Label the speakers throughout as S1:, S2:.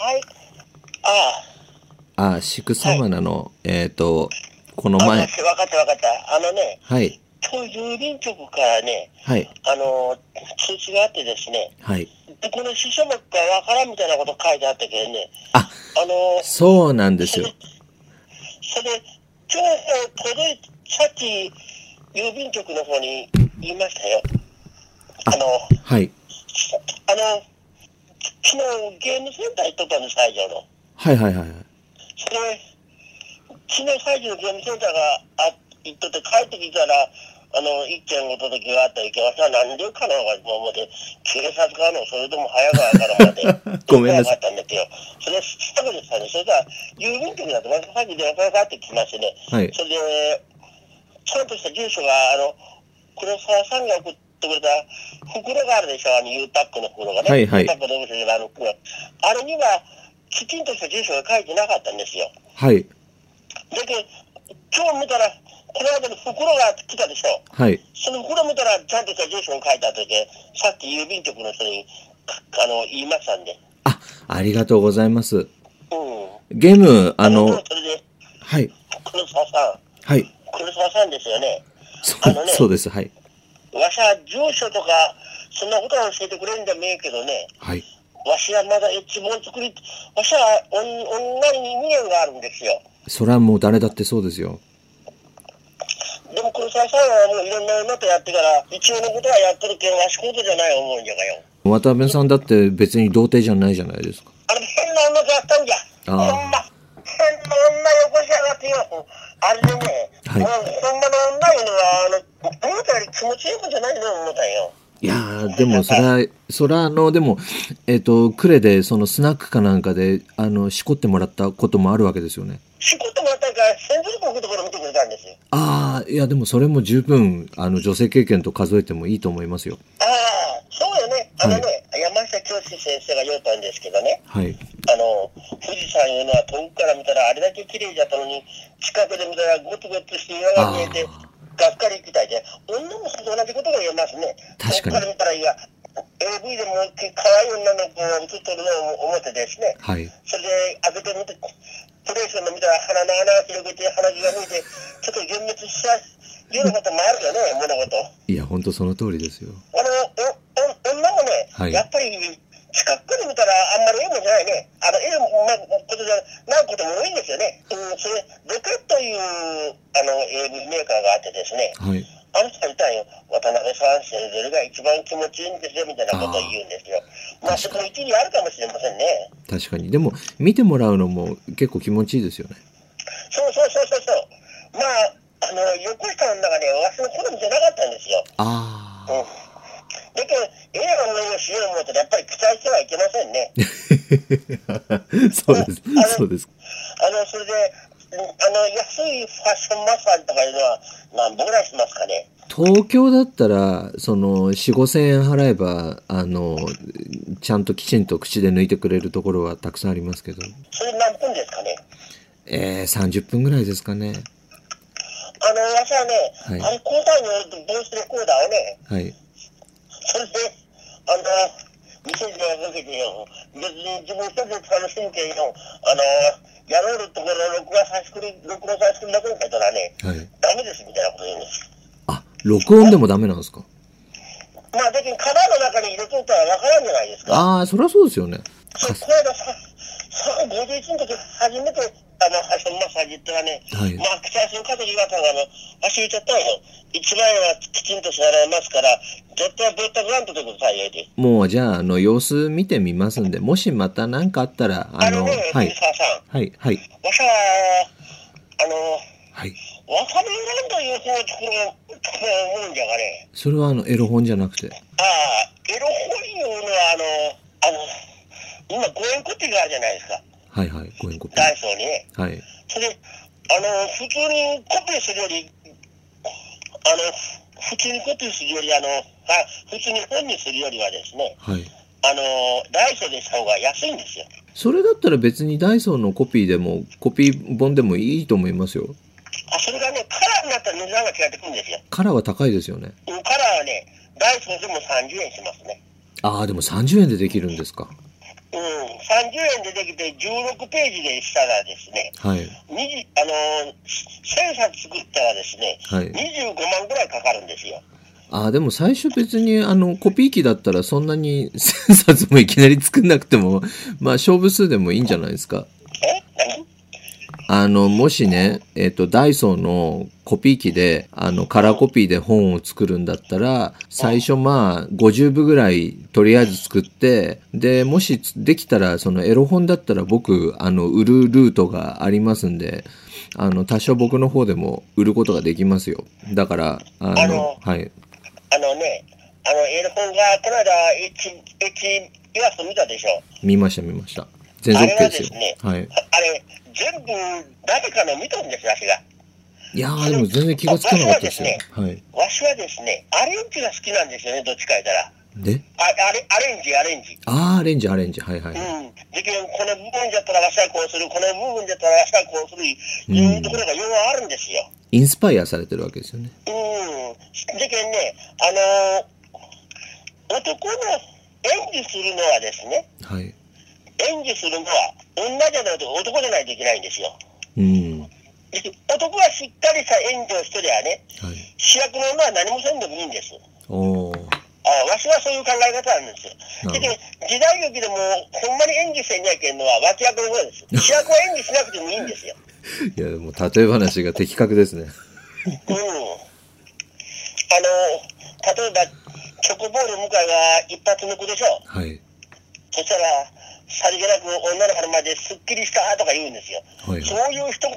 S1: はい。あ
S2: あ、シクサマナの、えっ、と、この
S1: あ、
S2: 前、
S1: 私、わかったわかった。あのね、
S2: はい、
S1: 東郵便局からね、
S2: はい、
S1: あの、通知があってですね、
S2: はい。
S1: どこの支所目かわからんみたいなこと書いてあったけどね、
S2: あ、
S1: あの、
S2: そうなんですよ。
S1: それ、情報届い、さっき、郵便局の方に言いましたよ。あの、
S2: はい、
S1: あの、昨日ゲームセンター行っとったんです、会場の。
S2: はい、はい、はい。
S1: それ、昨日最のゲームセンターがあ行っとって帰ってきたら、あの、一件ごときがあったらいけません。なんでかなとか思って、警察かの、それとも早川かのまで
S2: 。ごめんなさい
S1: どこやかったんですよ。それ、したくですかね。それから、郵便局だと、さっき電話かかってきましてね。
S2: はい
S1: それで、ちゃんとした住所が、あの、黒沢さんが送ってくれた袋があるでしょ、あの、U タックの袋がね。
S2: はいはい
S1: U タックの袋がある袋。あれには、きちんとした住所が書いてなかったんですよ。
S2: はい、
S1: だけど、今日見たら、この間の袋が来たでしょ。
S2: はい、
S1: その袋見たら、ちゃんとした住所が書いてあったけさっき郵便局の人に、かあの、言いましたんで。
S2: あ、ありがとうございます。
S1: うん。
S2: ゲーム、あの、
S1: それで、
S2: はい、
S1: 黒沢さん、
S2: はい、
S1: 黒沢さんですよね。
S2: そ
S1: あの
S2: う
S1: ね
S2: そうです、はい、
S1: わしは住所とか、そんなことは教えてくれんでもええけどね。
S2: はい。
S1: わしはまだエッジ本作り、わしはオン女に2年があるんですよ。
S2: それはもう誰だってそうですよ。
S1: でも黒沢さんはもういろんな女とやってから、一応のことはやってるけど、わしことじゃない思うんじゃがよ。
S2: 渡辺さんだって別に童貞じゃないじゃないですか。
S1: あれ変な女とやったんじゃ。
S2: あ
S1: ほ
S2: あ
S1: んま。変な女よこしやがってよ。あれでね、
S2: はい
S1: もうほんまの女いうのは、あの、思ったより気持ちいい子じゃないと思ったんよ。
S2: いやー、でもそれは、それはあの、でも、えっ、と、クレで、そのスナックかなんかで、あの、しこってもらったこともあるわけですよね。
S1: 仕事もあったから、先祖国のところ見てくれたんですよ。
S2: ああ、いや、でもそれも十分、あの、女性経験と数えてもいいと思いますよ。
S1: ああ、そうよね。あのね、山下教師先生が言うたんですけどね。
S2: はい。
S1: あの、富士山いうのは遠くから見たらあれだけ綺麗だったのに、近くで見たらゴツゴツして岩が見えて、がっかりってたいで、女もそれと同じことが言えますね。
S2: 確かに
S1: 遠くから見たらいや、AV でもう一回可愛い女の子が映ってるのを思ってですね。
S2: はい。
S1: それで開けてみて、プレイするの見たら鼻の穴を広げて鼻血が抜いて、ちょっと幻滅しちゃうようなこともあるよね、物事。
S2: いや、ほんとその通りですよ。
S1: あの、おお女もね、
S2: はい
S1: やっぱり近くで見たらあんまりいいもんじゃないね。あの、いいもんなことじゃないことも多いんですよね。うん、それ、ロケという、あの、AV メーカーがあってですね、
S2: はい。
S1: あの人がいたんよ、渡辺さん、セルが一番気持ちいいんですよ、みたいなことを言うんですよ。まあ、そこ一理あるかもしれませんね。
S2: 確かに。でも、見てもらうのも結構気持ちいいですよね。
S1: そうそうそうそうそう。まあ、あの、横下の中で、わしの好みじゃなかったんですよ。
S2: あ
S1: うん。だけど、ええ思いをしよう思うと、やっぱり期待してはいけませんね。
S2: あ。 そうです。そうです。
S1: あの、それで、うんあの、安いファッションマッサージとかいうのは、何本ぐらいしますかね。
S2: 東京だったら、その、4、5千円払えば、あの、ちゃんときちんと口で抜いてくれるところはたくさんありますけど、
S1: それ何分ですかね。
S2: えー、30分ぐらいですかね。
S1: あの、私はね、あ
S2: はい
S1: れ、交代によるボイスレコーダーをね、
S2: はい。
S1: それで、あの、店でかけてよ、別に自分一人で楽しんでよ、あの、やろうところ、録画させてくれ、録画させてくれなくなったらね、
S2: はい。
S1: ダメですみたいなこと言うんです。
S2: あ、録音でもダメなんですか
S1: まあ、だけど、カバーの中に入れといたらわからんじゃないですか。
S2: ああ、そりゃそうですよね。
S1: そこの間さ、さ51の時初めて、あの、ファッションマッサージってのはね、
S2: はい
S1: まあ、期待する方に言われたのが、あの、忘れちゃったのよ。一番はきちんと支払いますから、絶対ベッドグラウンドでくださいよ、で。
S2: もう、じゃあ、あの、様子見てみますんで、もしまた何かあったら、あ
S1: あの
S2: の、
S1: ね、
S2: はい
S1: 藤。沢さん。
S2: はい、はい、
S1: わしは、あの、
S2: はい。
S1: わさびランドいう方を作ろう、作ろう思うんじゃがね。
S2: それは、あの、エロ本じゃなくて。
S1: ああ、エロ本いうのは、あの、あの、今、5円コピーがあるじゃないですか。
S2: はい、はい、ご縁コピ
S1: ダイ
S2: ー。
S1: ソーにね。
S2: はい。
S1: それ、あの、普通にコピーするより、あの、普通にコピーするより、あの、あ普通に本にするよりはですね、
S2: はい。
S1: あの、ダイソーでした方が安いんですよ。
S2: それだったら別にダイソーのコピーでも、コピー本でもいいと思いますよ。
S1: あ、それがね、カラーになったら値段が違ってくるんですよ。
S2: カラーは高いですよね。
S1: うんカラーはね、ダイソーでも30円しますね。
S2: ああ、でも30円でできるんですか。
S1: うん、うん、30円でできて16ページでしたらですね、
S2: はい。
S1: 20あのー、1000冊作ったらですね、
S2: はい
S1: 25万ぐらいかかるんですよ。
S2: あーでも最初別にあのコピー機だったらそんなに 1000冊もいきなり作んなくてもまあ勝負数でもいいんじゃないですか
S1: え何
S2: あのもしねえっ、とダイソーのコピー機であのカラーコピーで本を作るんだったら最初まあ50部ぐらいとりあえず作ってでもしできたらそのエロ本だったら僕あの売るルートがありますんであの多少僕の方でも売ることができますよだからあの
S1: あの
S2: はい
S1: あのね、あの、エルコンがこの間、エッチ、エッチ、イラスト見たでしょ。
S2: 見ました見ました全然 OK ですよ
S1: あれはです
S2: はい
S1: ああれ、全部、誰かの見たんです、わしが。
S2: いやーでも全然気がつかなかったですよはい
S1: わしはですね、アレンジが好きなんですよね、どっちか言ったら。
S2: で
S1: ああれアレンジ、アレンジ。
S2: あーアレンジアレンジはいは
S1: う
S2: いはい
S1: ん。で、この部分じゃったらわしはこうする、この部分じゃったらわしはこうする、いうところがようあるんですよ。
S2: インスパイアされてるわけですよね
S1: うん。でけんね、あのー男の演技するのはですね、
S2: はい
S1: 演技するのは女じゃないと男じゃないといけないんですよ。
S2: うんは
S1: で男はしっかりした演技をしてりゃね、
S2: い
S1: 主役の女は何もせんでもいいんです。
S2: おー
S1: あわしはそういう考え方なんですよ。
S2: な
S1: で
S2: るほど
S1: 時代劇でもほんまに演技せんやけんのは脇役の方 です。主役は演技しなくてもいいんですよ。
S2: いやでも例え話が的確ですね
S1: うん。あの、例えば、チョコボール向かいが一発抜くでしょ。
S2: はい
S1: そしたら、さりげなく女の子の前ですっきりしたとか言うんですよ。
S2: はい
S1: そ
S2: はいう
S1: いう一言の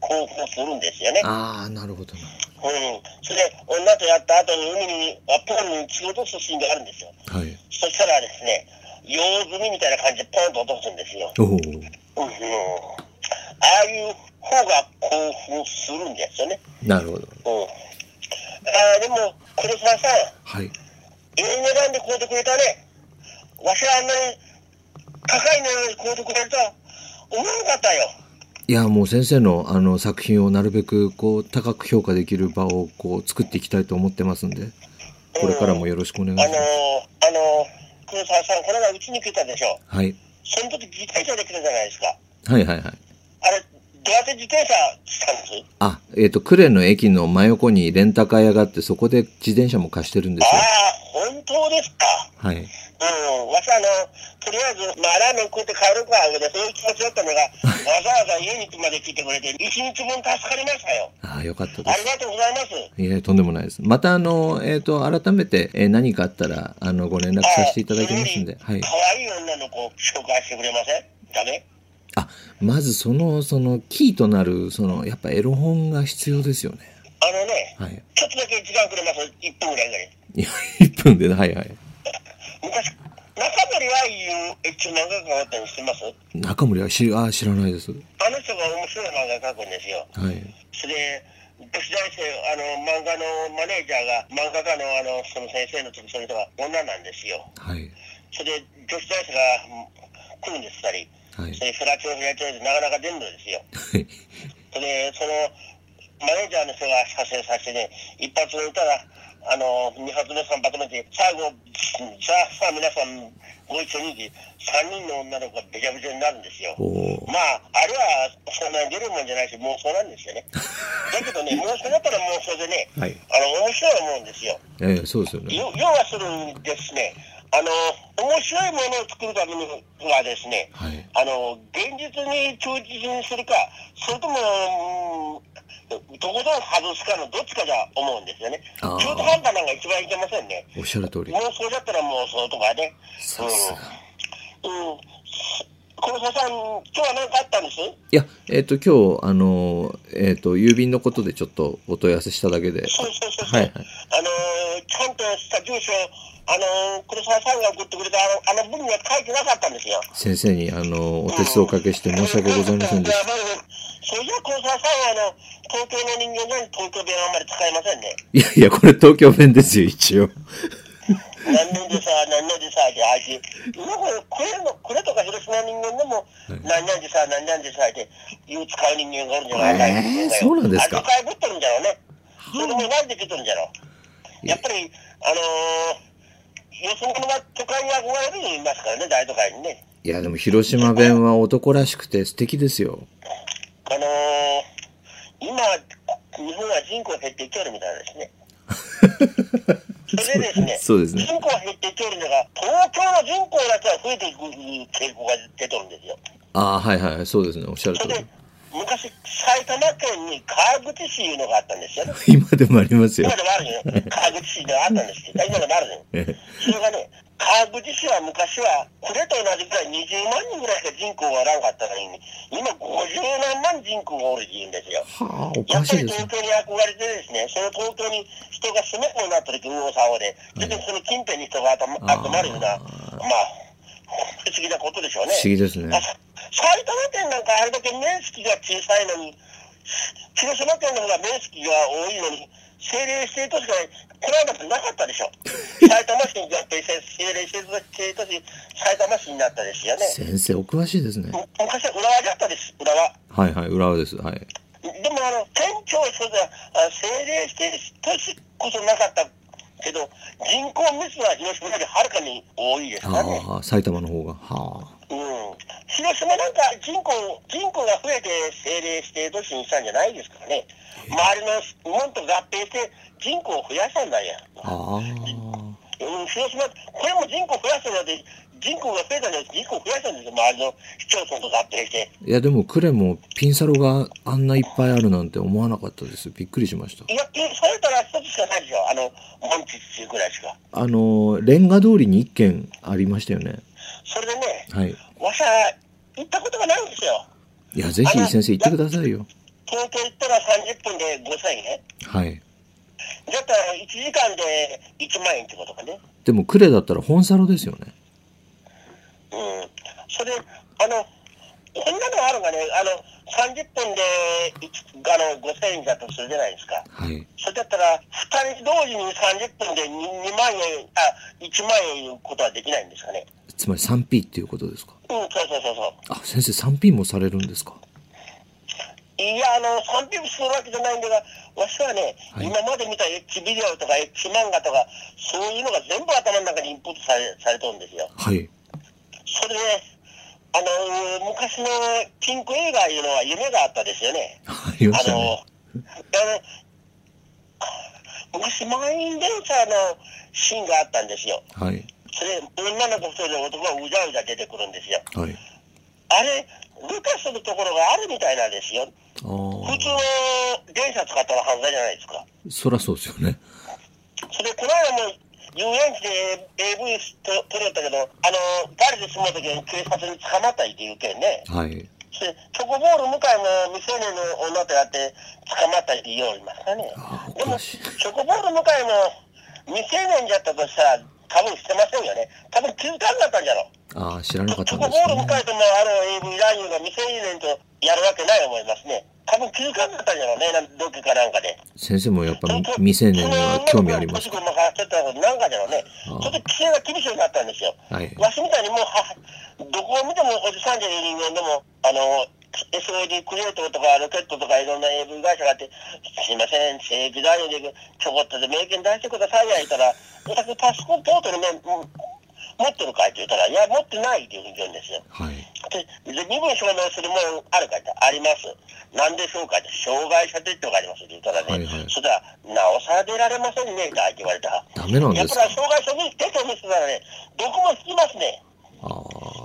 S1: ことが興奮するんですよね。
S2: ああなるほどな
S1: うん。それで、女とやった後に海に、あプールに突き落とすシーンがあるんですよ。
S2: はい
S1: そしたらですね、用済みみたいな感じでポンと落とすんですよ。
S2: おお
S1: うん、ああいう方が興奮するんですよね。
S2: なるほど
S1: うん。ああ、でも、黒沢さん、
S2: はい
S1: ええ値段で買うてくれたね。わしはあんなに高い値段で買うてくれるとは思わなかったよ。
S2: いやもう先生のあの作品をなるべくこう高く評価できる場をこう作っていきたいと思ってますんでこれからもよろしくお願い
S1: あ
S2: し
S1: の
S2: ます
S1: あの黒沢さん、この間うちに来たでしょ。
S2: はい
S1: その時自転車で来たじゃないですか。
S2: はいはいはい
S1: あれ、どうやって自転車したんです
S2: あ、えっ、と、呉の駅の真横にレンタカー屋があって、そこで自転車も貸してるんで
S1: あ
S2: すよ。
S1: あ、本当ですか。
S2: はい。
S1: うん、わしあの、とりあえず、まあ、ラーメン食って帰ろうか、で、そういう気持ちだったのが、わざわざ家に来まで来てくれて、一日分助かりましたよ。
S2: ああ、よかったで
S1: あり
S2: す。
S1: がとうございます。
S2: いえ、とんでもないです。また、あの、えっ、と、改めて、えー何かあったら、あの、ご連絡させていただきますんで、はい。
S1: 可愛い女の子を紹介してくれませんダメ
S2: あ、まず、その、その、キーとなる、その、やっぱエロ本が必要ですよね。
S1: あのね、
S2: はい。
S1: ちょっとだけ時間くれます ?1 分ぐらいぐらい。
S2: いや、1分で、はいはい。
S1: 昔、中森愛いう、え、ちょ、漫画家がおったの知ってます
S2: 中森は知り、あー知らないです。
S1: あの人が面白い漫画描くんですよ。
S2: はい。
S1: それで、女子大生、あの、漫画のマネージャーが、漫画家の、あの、その先生のとこその人が女なんですよ。
S2: はい。
S1: それで女子大生がうん来るんです、二人。
S2: はい。
S1: それでフラチョフラチョでなかなか出るのですよ。
S2: はい。
S1: それで、そのマネージャーの人が撮影させてね、一発目打ったら、あの、二発目、三発目で、最後、さあ、さあ、皆さん、ご一緒にって、三人の女の子がべちゃべちゃになるんですよ。
S2: おお
S1: まあ、あれはそんなに出るもんじゃないし、妄想なんです よね。だけどね、妄想だったら妄想でね、
S2: はい。
S1: あの、面白いもんですよ。
S2: えーそうですよね。
S1: よ要はするにですね、あの、面白いものを作るためにはですね、
S2: はい。
S1: あの、現実に忠実にするか、それとも、うんとことん外すかのどっちかだと思うんですよね。
S2: あー
S1: 中途半端なんか一番いけませんね。
S2: おっしゃる通り
S1: 妄。想だったら妄想とかね。
S2: さすが。
S1: うん。黒沢さん、今日は何かあったんです
S2: いや、えっ、と、今日、あの、えっ、と、郵便のことでちょっとお問い合わせしただけで。
S1: そうそうそうそう。
S2: はいはい。
S1: あのー、ちゃんとした住所、あのー、黒沢さんが送ってくれたあの、あの文には書いてなかったんですよ。
S2: 先生に、あの、お手数をおかけして申し訳ございませんでした。
S1: それじゃあ、黒沢さんは、あの、東京の人間なんで東京弁はあんまり使いませんね。
S2: いやいや、これ東京弁ですよ、一応。
S1: 何年でさ、何年でさ、じゃあ、あいつ、なんか、これの、これとか広島の人間でも、何年でさ、何年でさ、って言う使う人間がおるんじゃないか
S2: えーそうなんですか
S1: 扱いぶってるんじゃろうね。それもなんで来てるんじゃろう。やっぱり、あのー、よそ者は都会に憧れると言いますからね、大都会にね。
S2: いや、でも広島弁は男らしくて素敵ですよ。
S1: あのー今、日本は人口減っていっておるみたいです ね。それでですね、
S2: そうですね。
S1: 人口減っていっておるのが、東京の人口だけは増えていく傾向が出てるんですよ。
S2: ああ、はいはいはい、そうですね。おっしゃる
S1: そ
S2: 通
S1: れで
S2: り。、
S1: 昔、埼玉県に川口市いうのがあったん ですよね。
S2: 今でもありますよ
S1: 今。でもあるよ。川口市ではあったんですけ ど、今でもあるよ。
S2: え
S1: それがね、川口市は昔は、これと同じくらい20万人ぐらいしか人口がおらんかったのに、今50何万人口がおるって言うんですよ。
S2: はあ、お
S1: や
S2: か
S1: っぱ
S2: しい
S1: り
S2: です
S1: 東
S2: ね。
S1: 京に憧れてですね、その東京に人が住めこになった時、右往左往で、全然その近辺に人が集ま
S2: あー
S1: 集まるような、まあ、不思議なことでしょう
S2: 不
S1: ね。
S2: 思議です
S1: あ
S2: ね。
S1: さ埼玉県なんかあれだけ面積が小さいのに、広島県の方が面積が多いのに、政令指定都市がこの間なかったでしょ。埼玉県に合併して政令指定都市、埼玉市になったですよね。
S2: 先生、お詳しいですね。
S1: む昔は浦和だったです、浦和。
S2: はいはい、浦和です。はい。
S1: でもあの、県庁所在、あ政令指定都市こそなかったけど、人口密度は広島よりはるかに多いですからね。
S2: はあ、埼玉の方が。はあ。
S1: うん広島なんか人口人口が増えて政令指定都市にしたんじゃないですからね、周りのもんと合併して人口を増やしたんだよ、
S2: あ
S1: うん、広島、これも人口増やしたので、人口が増えたので、人口増やしたんですよ、周りの市町村と合併して。
S2: あ。いや、でも、呉もピンサロがあんないっぱいあるなんて思わなかったです。びっくりしました。
S1: いや、えそれたら一つしかないでしょ、あの、盆地っていうぐらいしか。
S2: あの、レンガ通りに一軒ありましたよね。
S1: それでね、
S2: はい。
S1: わしゃ、行ったことがないんですよ。
S2: いや、ぜひ先生行ってくださいよ。
S1: 東京行ったら30分で5000円。
S2: はい。
S1: だったら1時間で1万円ってことかね。
S2: でも、呉だったら本サロですよね。
S1: うんそれ、あの、こんなのあるがね、あの、30分でいつあの5000円だとするじゃないですか。
S2: はい。
S1: それだったら、2人同時に30分で 2, 万円、あ、1万円いうことはできないんですかね。
S2: つまり 3P っていうことですか。
S1: うん、そうそうそうそう。
S2: あ、先生 3P もされるんですか。
S1: いや、あの、賛否するわけじゃないんだが、わしはね、
S2: はい
S1: 今まで見たエッチビデオとかエッチ漫画とか、そういうのが全部頭の中にインプットされ、されとるんですよ。
S2: はい。
S1: それで、あの、昔のピンク映画いうのは夢があったですよね。
S2: ありましたね。
S1: あの、あの昔、満員電車のシーンがあったんですよ。
S2: はい。
S1: それ、女の子一人で男がうじゃうじゃ出てくるんですよ。
S2: はい。
S1: あれ、ルカするところがあるみたいなんですよ。
S2: あ
S1: 普通
S2: あ。
S1: の電車使ったら犯罪じゃないですか。
S2: そらそうですよね。
S1: それ、この間も、遊園地で AV と撮れたけど、あの、誰で住もうときに警察に捕まったっていう件ね。
S2: はい。
S1: それ、チョコボール向かいの未成年の女とやって捕まったって言おりますかね。
S2: ああ、お
S1: でも、
S2: か
S1: チ
S2: し
S1: ョ
S2: い。
S1: コボール向かいの未成年じゃったとしたら、多分してませんよね。多分気づかなかったんじゃろ。
S2: ああ、知らなかっ
S1: チ
S2: た
S1: ョコ
S2: んで
S1: ボ
S2: す
S1: ール向
S2: ね
S1: か。いともあの AV 男優が未成年とやるわけない思いますね。多分気づかなかったんじゃろうね、なんどっかかなんかで。
S2: 先生もやっぱ未成年には興味あります
S1: そ。の女の子が年寄りの子に任せてたことなんかだろうね。ち
S2: あ
S1: ょ
S2: あ
S1: っと規制が厳しくなったんですよ。
S2: はい。
S1: わしみたいにもうは、どこを見てもおじさんじゃいる人間でも、あの、SOD クリエイトとかロケットとかいろんな AV 会社があって、すいません、正規代理でちょこっとで名券出してくださいや言ったら、お宅パスポートの面、うん持ってるかいって言ったら、いや、持ってないっていうふうに言うんですよ。
S2: はい。
S1: で、で身分証明するもんあるかって、あります。なんでしょうかって、障害者手帳がありますって言ったらね、
S2: はいはい
S1: そしたら、なおさら出られませんね、って言われた。
S2: ダメなん
S1: やっ
S2: です
S1: ぱ
S2: か
S1: り。障害者手帳見せたらね、どこも引きますね。
S2: ああ